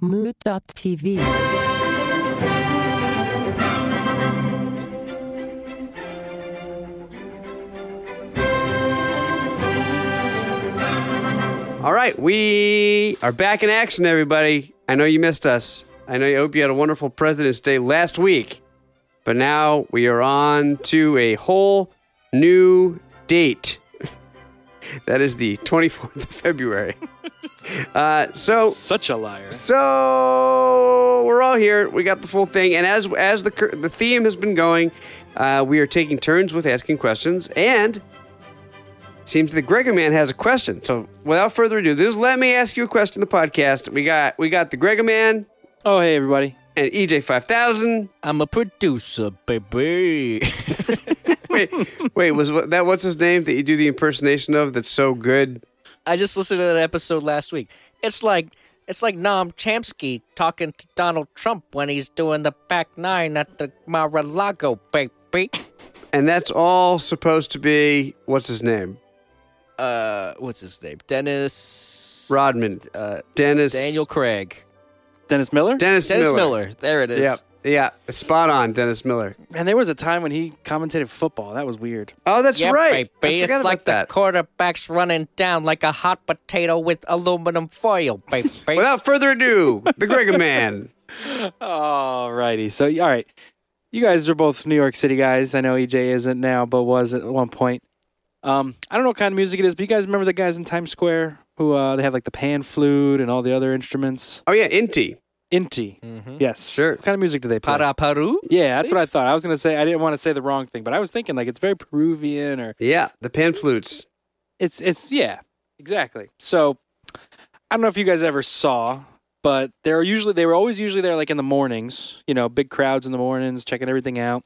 Mood.tv. All right, we are back in action, everybody. I know you missed us. I know you hope you had a wonderful President's Day last week, but now we are on to a whole new date. that is the 24th of February. uh, so, Such a liar. so we're all here. We got the full thing, and as as the cur- the theme has been going, uh, we are taking turns with asking questions, and seems the Gregor Man has a question. So without further ado, this is let me ask you a question. The podcast we got we got the Gregor Man Oh, hey, everybody. and EJ five thousand. I'm a producer, baby. Wait, wait, was what- that what's his name that you do the impersonation of? That's so good. I just listened to that episode last week. It's like it's like Noam Chomsky talking to Donald Trump when he's doing the back nine at the Mar-a-Lago, baby. And that's all supposed to be what's his name? Uh, what's his name? Dennis. Rodman, Uh, Dennis, Daniel Craig. Dennis Miller? Dennis, Dennis Miller. Miller. There it is. Yeah, yeah, spot on, Dennis Miller. and there was a time when he commentated football. That was weird. Oh, that's Yeah, right. baby. I forgot It's about like that. the quarterback's running down like a hot potato with aluminum foil, baby. Without further ado, the Gregor Man. All righty. So, all right. You guys are both New York City guys. I know EJ isn't now, but was at one point. Um, I don't know what kind of music it is, but you guys remember the guys in Times Square who uh, they have like the pan flute and all the other instruments? Oh yeah, Inti. Inti. Mhm. Yes. Sure. What kind of music do they play? Paraparu? Yeah, that's what I thought. I was going to say, I didn't want to say the wrong thing, but I was thinking like it's very Peruvian or Yeah, the pan flutes. It's it's yeah, exactly. So I don't know if you guys ever saw, but they're usually they were always usually there like in the mornings, you know, big crowds in the mornings, checking everything out.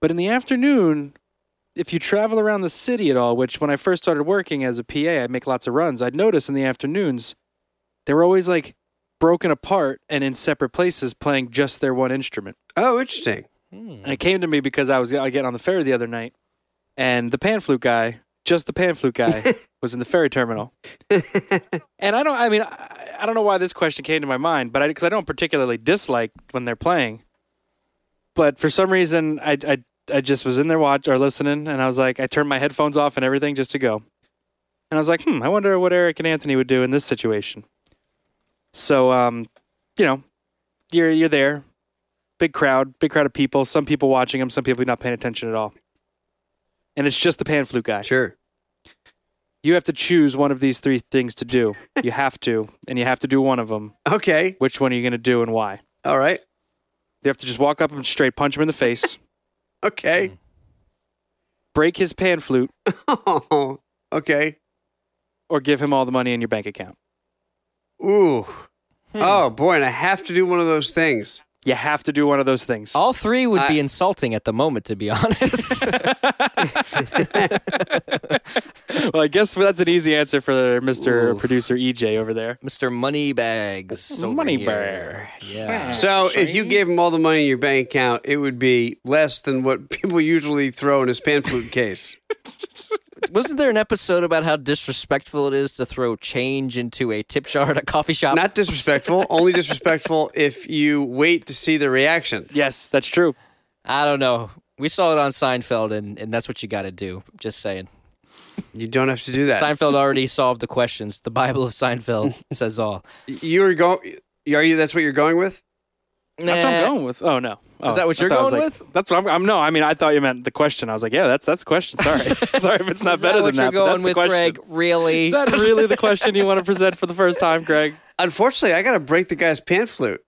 But in the afternoon, if you travel around the city at all, which when I first started working as a PA, I'd make lots of runs, I'd notice in the afternoons they were always like broken apart and in separate places playing just their one instrument. Oh, interesting. And it came to me because I was I get on the ferry the other night, and the pan flute guy, just the pan flute guy, was in the ferry terminal. and I don't, I mean, I, I don't know why this question came to my mind, but because I, don't particularly dislike when they're playing, but for some reason I, I I just was in there watch or listening, and I was like, I turned my headphones off and everything just to go, and I was like, hmm, I wonder what Eric and Anthony would do in this situation. So, um, you know, you're you're there, big crowd, big crowd of people. Some people watching him, some people not paying attention at all. And it's just the pan flute guy. Sure. You have to choose one of these three things to do. you have to, and you have to do one of them. Okay. Which one are you going to do and why? All right. You have to just walk up and straight punch him in the face, Okay. break his pan flute, Hmm. Oh, okay. or give him all the money in your bank account. Ooh. Hmm. Oh boy, and I have to do one of those things. You have to do one of those things. All three would I- be insulting at the moment, to be honest. well, I guess that's an easy answer for Mr. Oof. Producer EJ over there. Mr. Moneybags. over Money here. bear. Yeah. So if you gave him all the money in your bank account, it would be less than what people usually throw in his pan flute case. Wasn't there an episode about how disrespectful it is to throw change into a tip jar at a coffee shop? Not disrespectful, only disrespectful if you wait to see the reaction. Yes, that's true. I don't know. We saw it on Seinfeld, and, and that's what you got to do. Just saying. You don't have to do that. Seinfeld already solved the questions. The Bible of Seinfeld says all. You're going. Are you? That's what you're going with? That's what I'm Nah. going with. Oh no. Oh, that what I you're thought it was going like- That's what I'm, I'm. No, I mean, I thought you meant the question. I was like, yeah, that's that's the question. Sorry, sorry if it's not Is better that what than that. but that's you're going the with, question. Greg? Really? Is that really the question you want to present for the first time, Greg? Unfortunately, I got to break the guy's pan flute.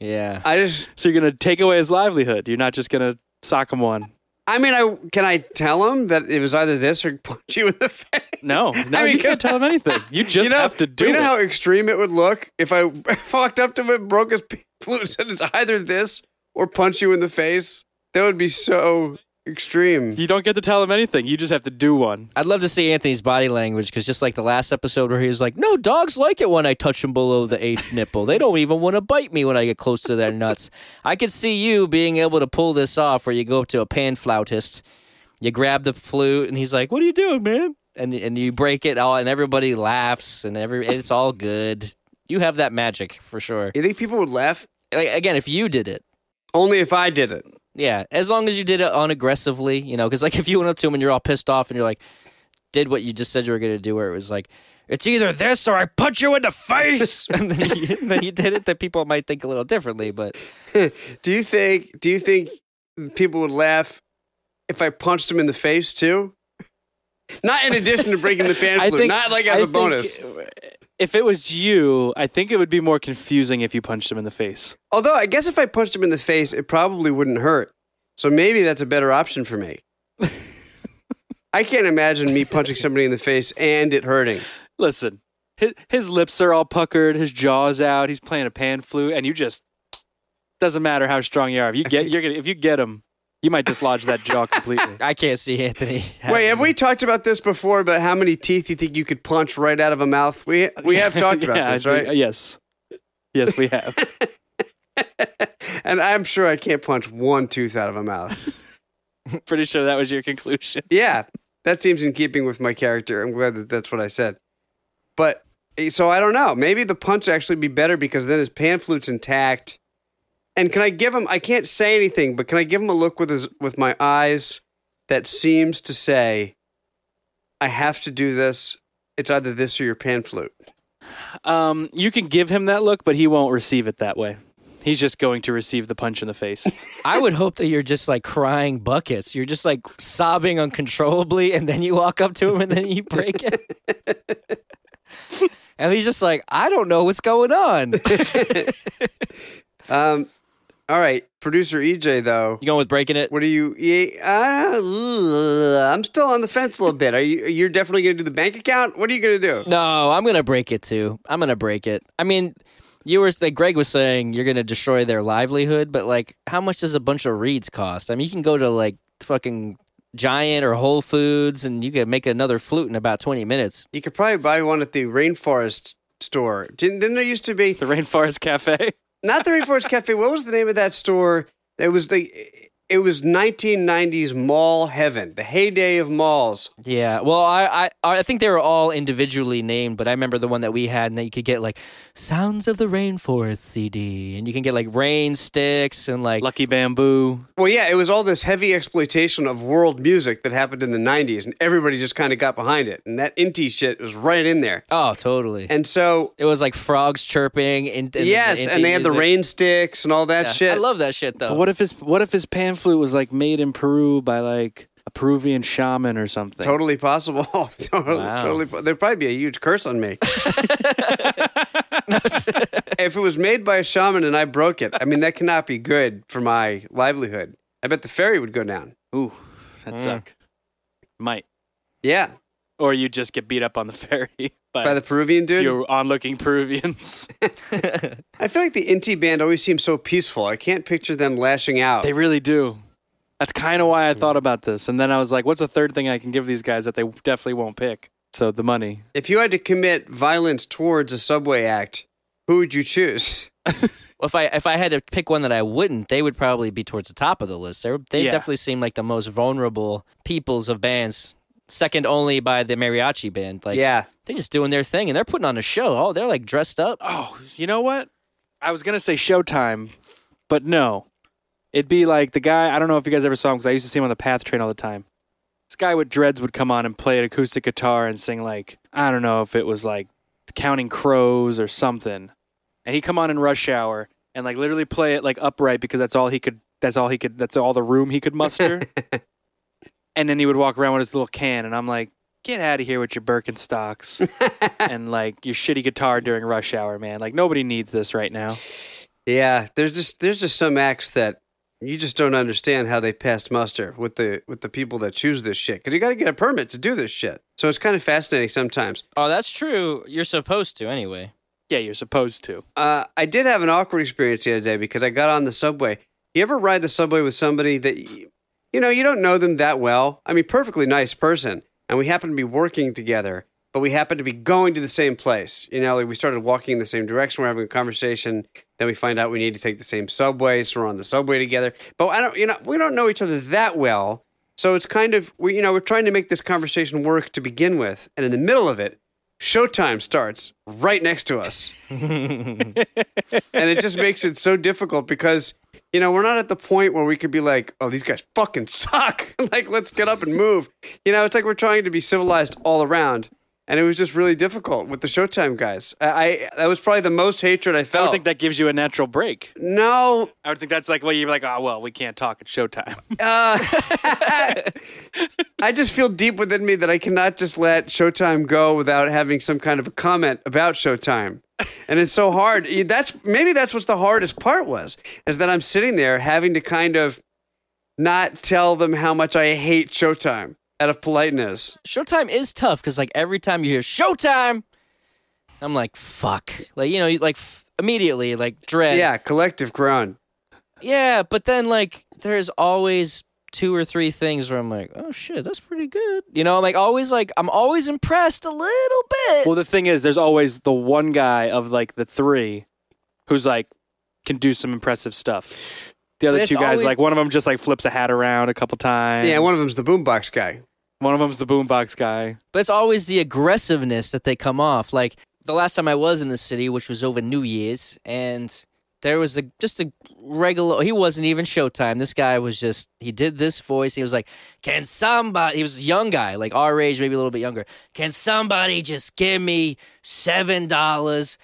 yeah. I just. So you're gonna take away his livelihood. You're not just gonna sock him one. I mean, I can I tell him that it was either this or punch you in the face. No, no, mean, you can't tell him anything. You just you know, have to do you know it. how extreme it would look if I walked up to him and broke his flute and said it's either this or punch you in the face. That would be so extreme. you don't get to tell him anything. You just have to do one. I'd love to see Anthony's body language because just like the last episode where he was like, "No, dogs like it when I touch them below the eighth nipple. They don't even want to bite me when I get close to their nuts." I could see you being able to pull this off, where you go up to a pan flautist, you grab the flute, and he's like, "What are you doing, man?" And and you break it all, and everybody laughs, and every it's all good. You have that magic for sure. You think people would laugh? Like, again, if you did it, Only if I did it. yeah. As long as you did it unaggressively, you know, because like if you went up to him and you're all pissed off and you're like, did what you just said you were gonna do, where it was like, it's either this or I punch you in the face, and then you, then you did it, then people might think a little differently. But Do you think? Do you think people would laugh if I punched them in the face too? Not in addition to breaking the fan I flute. think- not like as I a think bonus. If it was you, I think it would be more confusing if you punched him in the face. Although I guess if I punched him in the face, it probably wouldn't hurt. So maybe that's a better option for me. I can't imagine me punching somebody in the face and it hurting. Listen, his, his lips are all puckered, his jaw's out, he's playing a pan flute, and you just doesn't matter how strong you are. If you get, you're gonna if you get him, you might dislodge that jaw completely. I can't see Anthony. Wait, having have we talked about this before? About how many teeth you think you could punch right out of a mouth? We we have talked about Yeah, this, I right? think- yes, yes, we have. and I'm sure I can't punch one tooth out of a mouth. Pretty sure that was your conclusion. yeah, that seems in keeping with my character. I'm glad that that's what I said. But eh, so I don't know. Maybe the punch would actually be better because then his pan flute's intact. And can I give him? I can't say anything, but can I give him a look with his with my eyes that seems to say, "I have to do this. It's either this or your pan flute." Um, you can give him that look, but he won't receive it that way. He's just going to receive the punch in the face. I would hope that you're just like crying buckets. You're just like sobbing uncontrollably, and then you walk up to him and then you break it. and he's just like, I don't know what's going on. You Um, all right, producer EJ though. going with breaking it? What are you? Yeah, uh, I'm still on the fence a little bit. Are you? You're definitely going to do the bank account. What are you going to do? No, I'm gonna break it too. I'm gonna break it. I mean, you were like Greg was saying, you're gonna destroy their livelihood, but like, how much does a bunch of reeds cost? I mean, you can go to like fucking Giant or Whole Foods, and you can make another flute in about 20 minutes. You could probably buy one at the rainforest store. Didn't, didn't there used to be the Rainforest Cafe. not the rainforest cafe? What was the name of that store? It was the. It was 1990s mall heaven, the heyday of malls. Yeah, well, I, I I think they were all individually named, but I remember the one that we had, and that you could get like "Sounds of the Rainforest" CD, and you can get like rain sticks and like Lucky Bamboo. Well, yeah, it was all this heavy exploitation of world music that happened in the 90s, and everybody just kind of got behind it. And that Inti shit was right in there. oh, totally. And so, it was like frogs chirping and, and yes, and they had the music. rain sticks and all that Yeah. shit. I love that shit though. But what if his what if his pan flute was like made in Peru by like a Peruvian shaman or something? Totally possible. totally, Wow. totally. po- There'd probably be a huge curse on me. if it was made by a shaman and I broke it, I mean, that cannot be good for my livelihood. I bet the ferry would go down. Ooh, that Mm. suck. Might. Yeah. Or you just get beat up on the ferry by, By the Peruvian dude. few onlooking Peruvians. I feel like the Inti band always seems so peaceful. I can't picture them lashing out. they really do. That's kind of why Mm. I thought about this. And then I was like, what's the third thing I can give these guys that they definitely won't pick? So the money. if you had to commit violence towards a subway act, who would you choose? if I if I had to pick one that I wouldn't, they would probably be towards the top of the list. They they Yeah. definitely seem like the most vulnerable peoples of bands, second only by the mariachi band. Like yeah. they're just doing their thing and they're putting on a show. Oh, they're like dressed up. Oh, you know what? I was going to say Showtime, but no. It'd be like the guy, I don't know if you guys ever saw him because I used to see him on the Path Train all the time. This guy with dreads would come on and play an acoustic guitar and sing like, I don't know if it was like Counting Crows or something. And he'd come on in rush hour and like literally play it like upright because that's all he could, that's all he could, that's all the room he could muster. and then he would walk around with his little can and I'm like, get out of here with your Birkenstocks and like your shitty guitar during rush hour, man. Like nobody needs this right now. Yeah, there's just there's just some acts that you just don't understand how they passed muster with the with the people that choose this shit because you got to get a permit to do this shit. So it's kind of fascinating sometimes. Oh, that's true. You're supposed to anyway. Yeah, you're supposed to. Uh, I did have an awkward experience the other day because I got on the subway. You ever ride the subway with somebody that y- you know you don't know them that well? I mean, perfectly nice person, and we happen to be working together, but we happen to be going to the same place. You know, like we started walking in the same direction. We're having a conversation. Then we find out we need to take the same subway, so we're on the subway together. But I don't, you know, we don't know each other that well, so it's kind of we, you know, we're trying to make this conversation work to begin with, and in the middle of it, Showtime starts right next to us. and it just makes it so difficult because, you know, we're not at the point where we could be like, oh, these guys fucking suck. like, let's get up and move. You know, it's like we're trying to be civilized all around. And it was just really difficult with the Showtime guys. I, I that was probably the most hatred I I felt. would think that gives you a natural break. no, I would think that's like, well, you're like, oh, well, we can't talk at showtime. Uh, I just feel deep within me that I cannot just let Showtime go without having some kind of a comment about Showtime. And it's so hard. You- That's maybe that's what the hardest part was, is that I'm sitting there having to kind of not tell them how much I hate Showtime out of politeness. Showtime is tough because like every time you hear Showtime, I'm like fuck. Like you know, you like f- immediately like dread. Yeah, collective groan. yeah. But then like there's always two or three things where I'm like, oh shit, that's pretty good. You know, I'm like always like I'm always impressed a little bit. well, the thing is, there's always the one guy of like the three who's like can do some impressive stuff. The But other it's two guys, always- like one of them, just like flips a hat around a couple times. Yeah, one of them's the boombox guy. One of them's the boombox guy. but it's always the aggressiveness that they come off. Like the last time I was in the city, which was over New Year's, and there was a just a regular. He wasn't even Showtime. This guy was just he did this voice. He was like, "Can somebody?" He was a young guy, like our age, maybe a little bit younger. Can somebody just give me seven dollars?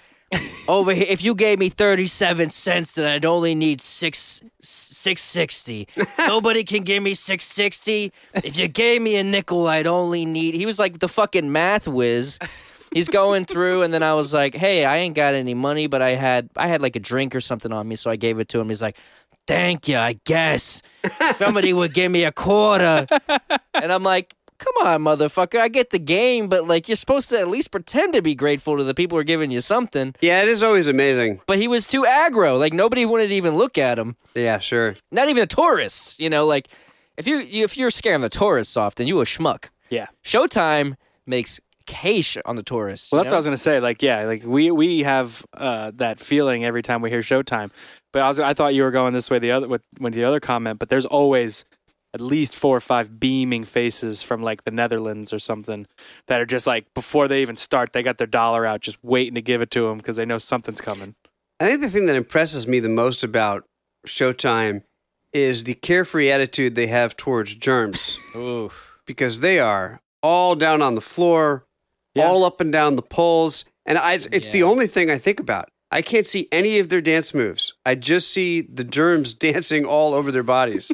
over here if you gave me 37 cents then i'd only need six 660 nobody can give me 660 if you gave me a nickel i'd only need he was like the fucking math whiz he's going through and then i was like hey i ain't got any money but i had i had like a drink or something on me so i gave it to him he's like thank you i guess If somebody would give me a quarter and i'm like Come on, motherfucker. I get the game, but like you're supposed to at least pretend to be grateful to the people who are giving you something Yeah, it is always amazing. but he was too aggro. Like nobody wanted to even look at him. Yeah, sure. Not even the tourists. You know, like if you you- if you're scaring the tourists off, then you a schmuck. Yeah. Showtime makes cash on the tourists. Well, you that's what I was gonna say. Like, yeah, like we we have uh, that feeling every time we hear Showtime. But I was I thought you were going this way the other with, with the other comment. But there's always at least four or five beaming faces from like the Netherlands or something that are just like before they even start, they got their dollar out, just waiting to give it to them because they know something's coming. I think the thing that impresses me the most about Showtime is the carefree attitude they have towards germs. know? Oof. because they are all down on the floor, Yeah. all up and down the poles, and I, it's the Yeah. only thing I think about. I can't see any of their dance moves. I just see the germs dancing all over their bodies.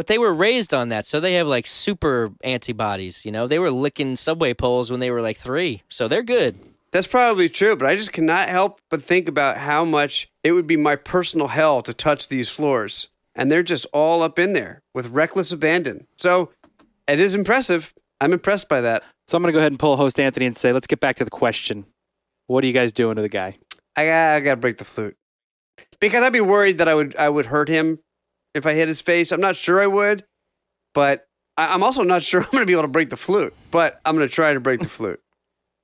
But they were raised on that, so they have like super antibodies. You know, they were licking subway poles when they were like three, so they're good. That's probably true, but I just cannot help but think about how much it would be my personal hell to touch these floors. And they're just all up in there with reckless abandon. So it is impressive. I'm impressed by that. So I'm gonna go ahead and pull host Anthony and say, let's get back to the question. What are you guys doing to the guy? I gotta, I gotta break the flute because I'd be worried that I would I would hurt him if I hit his face. I'm not sure I would, but I, I'm also not sure I'm gonna be able to break the flute. But I'm gonna try to break the flute.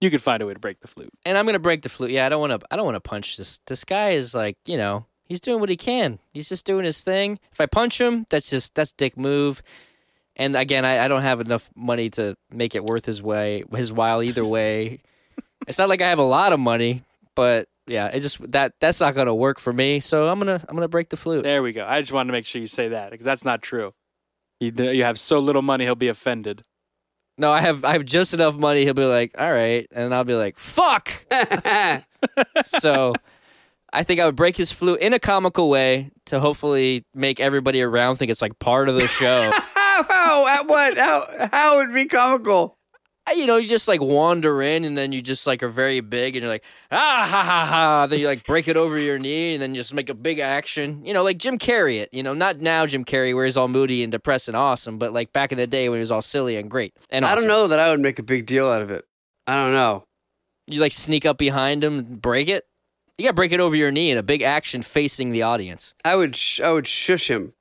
You could find a way to break the flute. And I'm gonna break the flute. Yeah, I don't want to. I don't want to punch this. This guy is like, you know, he's doing what he can. He's just doing his thing. If I punch him, that's just that's dick move. And again, I, I don't have enough money to make it worth his way, his while either way. it's not like I have a lot of money, but yeah, it just that that's not gonna work for me. So I'm gonna I'm gonna break the flute. There we go. I just wanted to make sure you say that because that's not true. You, you have so little money, he'll be offended. No, I have I have just enough money. He'll be like, all right, and I'll be like, fuck. so I think I would break his flute in a comical way to hopefully make everybody around think it's like part of the show. how? How? At what? How? How would it be comical? Uh, you know, you just like wander in and then you just like are very big and you're like, ah ha ha ha. Then you like break it over your knee and then just make a big action. You know, like Jim Carrey it, you know, not now Jim Carrey where he's all moody and depressed and awesome, but like back in the day when he was all silly and great. And I awesome. don't know that I would make a big deal out of it. I don't know. You like sneak up behind him, and break it. You gotta break it over your knee in a big action facing the audience. I would. Sh- I would shush him.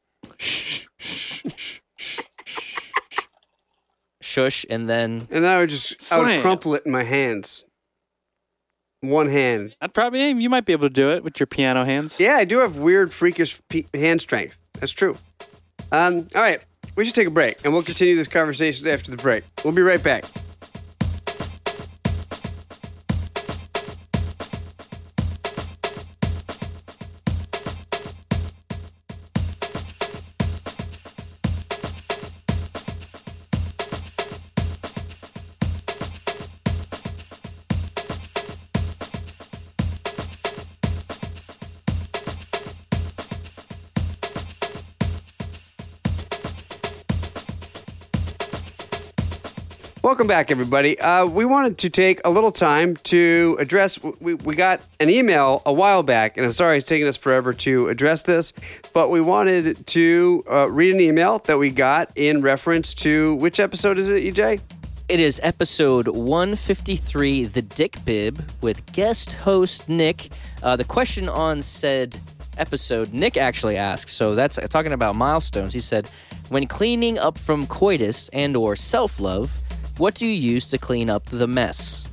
Shush, and then And then I would just I Slam. would crumple it in my hands. One hand. I'd probably aim. You might be able to do it with your piano hands. Yeah, I do have weird freakish pe- hand strength. That's true. Um, all right, we should take a break and we'll continue this conversation after the break. We'll be right back. Welcome back, everybody. Uh, we wanted to take a little time to address. We, we got an email a while back, and I'm sorry it's taking us forever to address this, but we wanted to uh, read an email that we got in reference to which episode is it, E EJ? It is episode 153, The Dick Bib, with guest host Nick. Uh, the question on said episode, Nick actually asked, so that's talking about milestones. He said, when cleaning up from coitus and or self-love, what do you use to clean up the mess?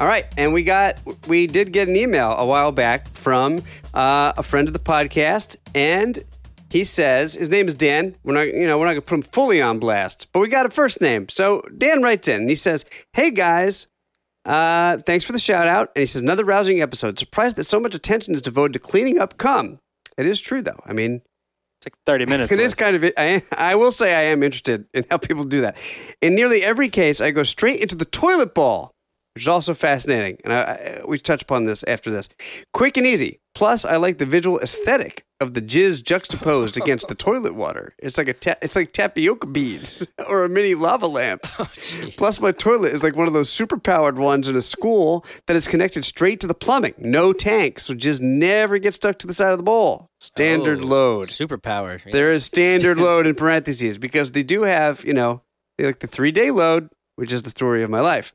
All right, and we got we did get an email a while back from uh, a friend of the podcast, and he says his name is Dan. We're not you know we're not gonna put him fully on blast, but we got a first name. So Dan writes in and he says, "Hey guys." Uh, thanks for the shout out. And he says, another rousing episode. Surprised that so much attention is devoted to cleaning up cum. It is true, though. I mean, It's like 30 minutes. it is worth. kind of. I, I will say I am interested in how people do that. In nearly every case, I go straight into the toilet bowl, which is also fascinating. And I, I, we touch upon this after this. Quick and easy. Plus, I like the visual aesthetic of the jizz juxtaposed against the toilet water. It's like a ta- it's like tapioca beads or a mini lava lamp. Oh, Plus, my toilet is like one of those super powered ones in a school that is connected straight to the plumbing. No tank, so jizz never gets stuck to the side of the bowl. Standard Oh, load. Superpower. There is standard load in parentheses because they do have, you know, they like the three day load, which is the story of my life.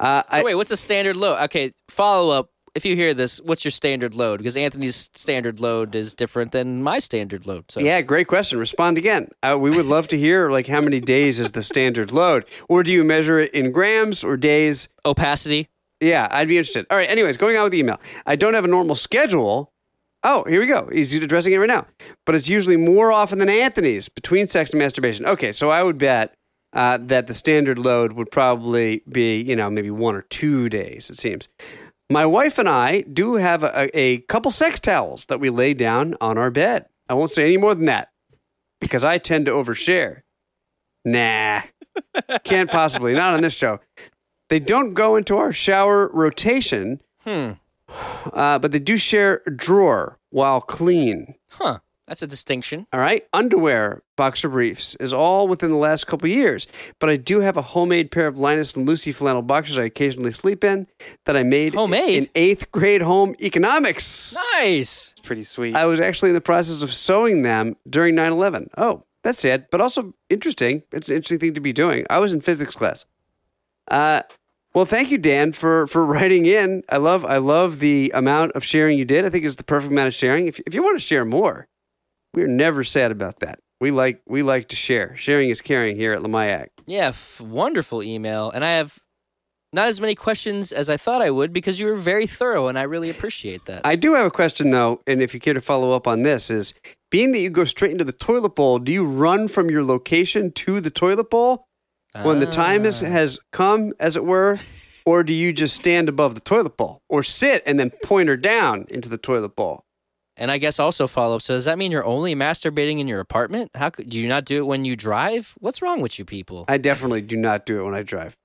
Uh, Oh, I, wait, what's a standard load? Okay, follow up. If you hear this, what's your standard load? Because Anthony's standard load is different than my standard load. So yeah, great question. Respond again. Uh, we would love to hear like how many days is the standard load, or do you measure it in grams or days? opacity. Yeah, I'd be interested. All right. Anyways, going on with the email. I don't have a normal schedule. Oh, here we go. He's addressing it right now. But it's usually more often than Anthony's between sex and masturbation. Okay, so I would bet uh, that the standard load would probably be, you know, maybe one or two days, it seems. My wife and I do have a, a couple sex towels that we lay down on our bed. I won't say any more than that because I tend to overshare. Nah, can't possibly. Not on this show. They don't go into our shower rotation, Hmm. uh, but they do share a drawer while clean. Huh. That's a distinction. All right, underwear, boxer briefs is all within the last couple years, but I do have a homemade pair of Linus and Lucy flannel boxers I occasionally sleep in that I made Homemade? in eighth grade home economics. Nice. It's pretty sweet. I was actually in the process of sewing them during 9 11. Oh, that's sad, but also interesting. It's an interesting thing to be doing. I was in physics class. Uh, well, thank you, Dan, for, for writing in. I love I love the amount of sharing you did. I think it's the perfect amount of sharing. If, if you want to share more, we're never sad about that. We like we like to share. Sharing is caring here at Lamayak. Yeah, f- wonderful email. And I have not as many questions as I thought I would because you were very thorough, and I really appreciate that. I do have a question though, and if you care to follow up on this, is being that you go straight into the toilet bowl, do you run from your location to the toilet bowl? when the time has, Ah. has come, as it were, or do you just stand above the toilet bowl or sit and then point her down into the toilet bowl? And I guess also follow up. So does that mean you're only masturbating in your apartment? How could do you not do it when you drive? What's wrong with you people? I definitely do not do it when I drive.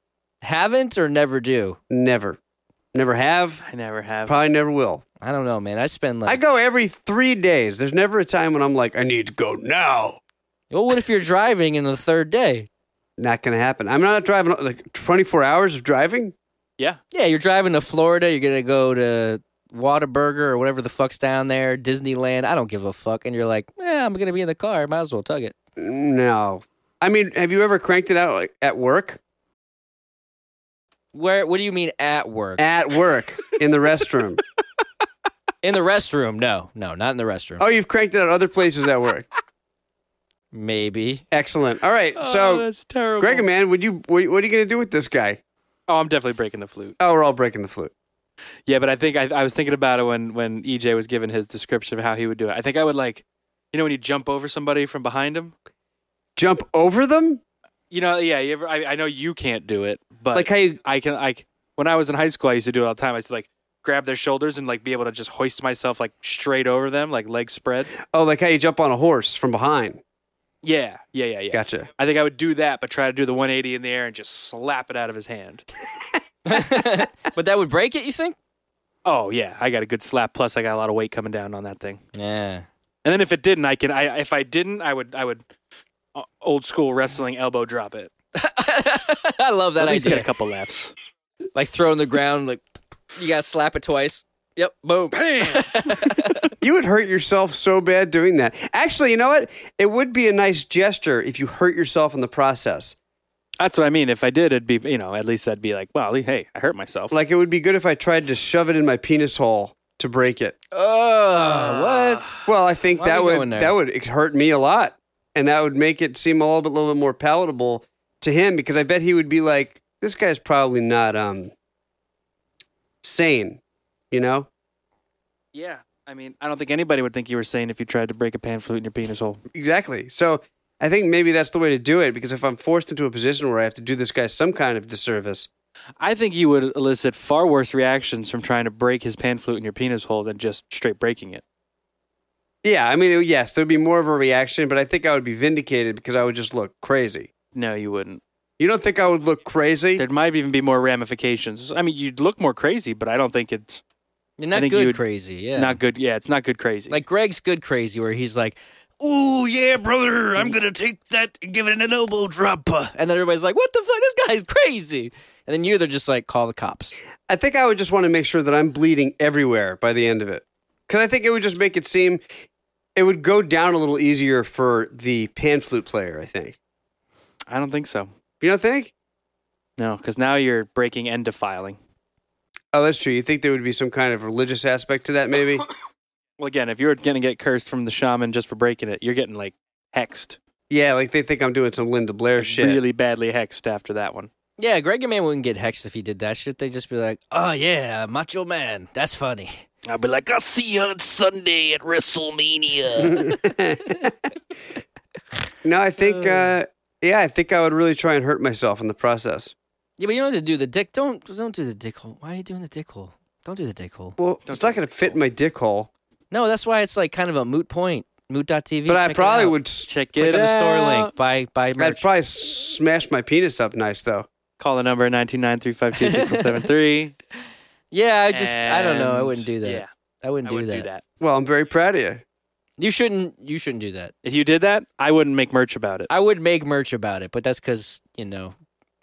Haven't or never do? Never. Never have. I never have. Probably never will. I don't know, man. I spend like I go every three days. There's never a time when I'm like, I need to go now. Well, what if you're driving in the third day? Not going to happen. I'm not driving like 24 hours of driving. yeah. Yeah, you're driving to Florida. You're gonna go to Whataburger or whatever the fuck's down there, Disneyland. I don't give a fuck. And you're like, eh, I'm gonna be in the car. Might as well tug it. No. I mean, have you ever cranked it out like at work? Where? What do you mean at work? At work in the restroom. in the restroom? No, no, not in the restroom. Oh, you've cranked it out other places at work. Maybe. Excellent. All right. oh, so that's terrible. Greg, man, would you what, what are you going to do with this guy? Oh, I'm definitely breaking the flute. Oh, we're all breaking the flute. Yeah, but I think I, I was thinking about it when when EJ was giving his description of how he would do it. I think I would like, you know, when you jump over somebody from behind him. Jump over them? You know, yeah. You ever, I, I know you can't do it, but Like how you I can. Like when I was in high school, I used to do it all the time. I used to like grab their shoulders and like be able to just hoist myself like straight over them, like legs spread. Oh, like how you jump on a horse from behind. Yeah, yeah, yeah, yeah. Gotcha. I think I would do that, but try to do the 180 in the air and just slap it out of his hand. but that would break it. You think? Oh yeah, I got a good slap. Plus, I got a lot of weight coming down on that thing. Yeah. And then if it didn't, I can. I if I didn't, I would. I would. Uh, old school wrestling elbow drop it. I love that At least get a idea. couple laughs. Like throw in the ground, like you gotta slap it twice. Yep, boom. You would hurt yourself so bad doing that. Actually, you know what? It would be a nice gesture if you hurt yourself in the process. That's what I mean. If I did, it'd be you know at least I'd be like, well, hey, I hurt myself. Like it would be good if I tried to shove it in my penis hole to break it. Oh, what? Well, I think Why are that we would going there? that would it hurt me a lot, and that would make it seem a little bit, little bit more palatable to him because I bet he would be like, "This guy's probably not um sane," you know. yeah, I mean, I don't think anybody would think you were sane if you tried to break a pan flute in your penis hole. Exactly. So I think maybe that's the way to do it because if I'm forced into a position where I have to do this guy some kind of disservice, I think you would elicit far worse reactions from trying to break his pan flute in your penis hole than just straight breaking it. yeah, I mean, it- yes, there'd be more of a reaction, but I think I would be vindicated because I would just look crazy. No, you wouldn't. You don't think I would look crazy? There might even be more ramifications. I mean, you'd look more crazy, but I don't think it's You're I not think you good would- crazy. Yeah. not good. Yeah, it's not good crazy. like Greg's good crazy where he's like, "Ooh, yeah, brother, I'm going to take that and give it an elbow drop." And then everybody's like, "What the fuck? This guy's crazy." And then you they're just like, "Call the cops." I think I would just want to make sure that I'm bleeding everywhere by the end of it. Because I think it would just make it seem, it would go down a little easier for the pan flute player, I think. I don't think so. You don't think? No, because now you're breaking and defiling. Oh, that's true. You think there would be some kind of religious aspect to that, maybe? Well, again, if you're going to get cursed from the shaman just for breaking it, you're getting like hexed, yeah, like they think I'm doing some Linda Blair shit. really badly hexed after that one. Yeah, Greg and man wouldn't get hexed if he did that shit. They'd just be like, "Oh yeah, macho man. That's funny." I'll be like, I'll see you on Sunday at WrestleMania. No, I think, uh, yeah, I think I would really try and hurt myself in the process. Yeah, but you don't have to do the dick. Don't don't do the dick hole. Why are you doing the dick hole? Don't do the dick hole. Well, it's not going to fit in my dick hole, No, that's why it's like kind of a moot point. Moot.tv. but I check it probably out. would. s- Check click it on the store out. link. Buy buy I'd merch. probably smash my penis up nice, though. Call the number 929-352-6173. yeah, I just I don't know. I And- wouldn't do that. Yeah, I wouldn't, I do, wouldn't that. do that. Well, I'm very proud of you. You shouldn't you shouldn't do that. If you did that, I wouldn't make merch about it. I would make merch about it, but that's because you know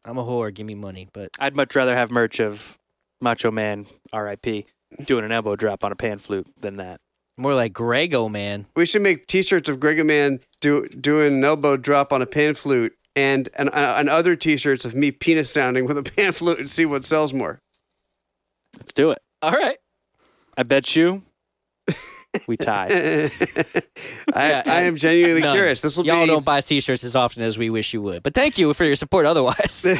I'm a whore. Give me money, but I'd much rather have merch of Macho Man, R.I.P., doing an elbow drop on a pan flute than that. more like Grego man. We should make T-shirts of Gregor Man do, doing an elbow drop on a pan flute, and and, uh, and other T-shirts of me penis sounding with a pan flute, and see what sells more. Let's do it. All right, I bet you we tie. I, I am and- genuinely None. curious. This will y'all be don't buy T-shirts as often as we wish you would, but thank you for your support. Otherwise, this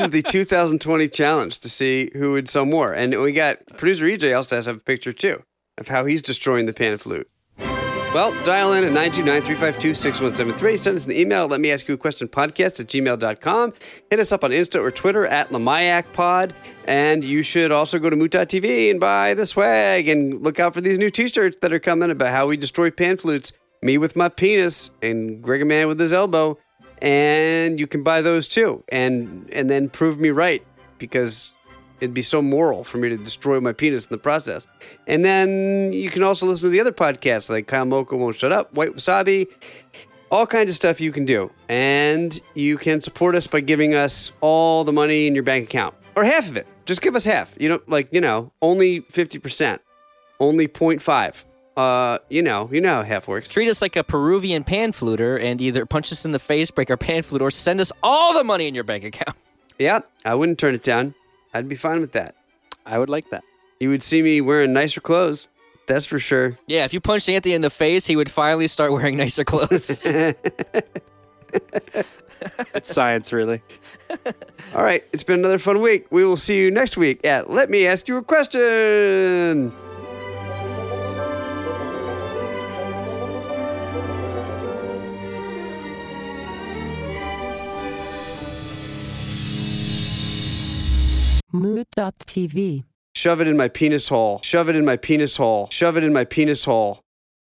is the 2020 challenge to see who would sell more, and we got producer EJ also has to have a picture too of how he's destroying the pan flute. Well, dial in at 929-352-6173. Send us an email. Let me ask you a question podcast at gmail.com. Hit us up on Insta or Twitter at LamayakPod. And you should also go to moot.tv and buy the swag and look out for these new t-shirts that are coming about how we destroy pan flutes. Me with my penis and Gregor Man with his elbow. And you can buy those too. And and then prove me right because It'd be so moral for me to destroy my penis in the process. And then you can also listen to the other podcasts like Kyle Mocha Won't Shut Up, White Wasabi, all kinds of stuff you can do. And you can support us by giving us all the money in your bank account or half of it. Just give us half. You know, like, you know, only 50%, only 0.5. Uh, you know, you know how half works. treat us like a Peruvian pan fluter and either punch us in the face, break our pan flute, or send us all the money in your bank account. Yeah, I wouldn't turn it down. I'd be fine with that. I would like that. You would see me wearing nicer clothes. That's for sure. Yeah, if you punched Anthony in the face, he would finally start wearing nicer clothes. It's science, really. All right, it's been another fun week. We will see you next week at Let Me Ask You a Question. Mood.tv. Shove it in my penis hole. Shove it in my penis hole. Shove it in my penis hole.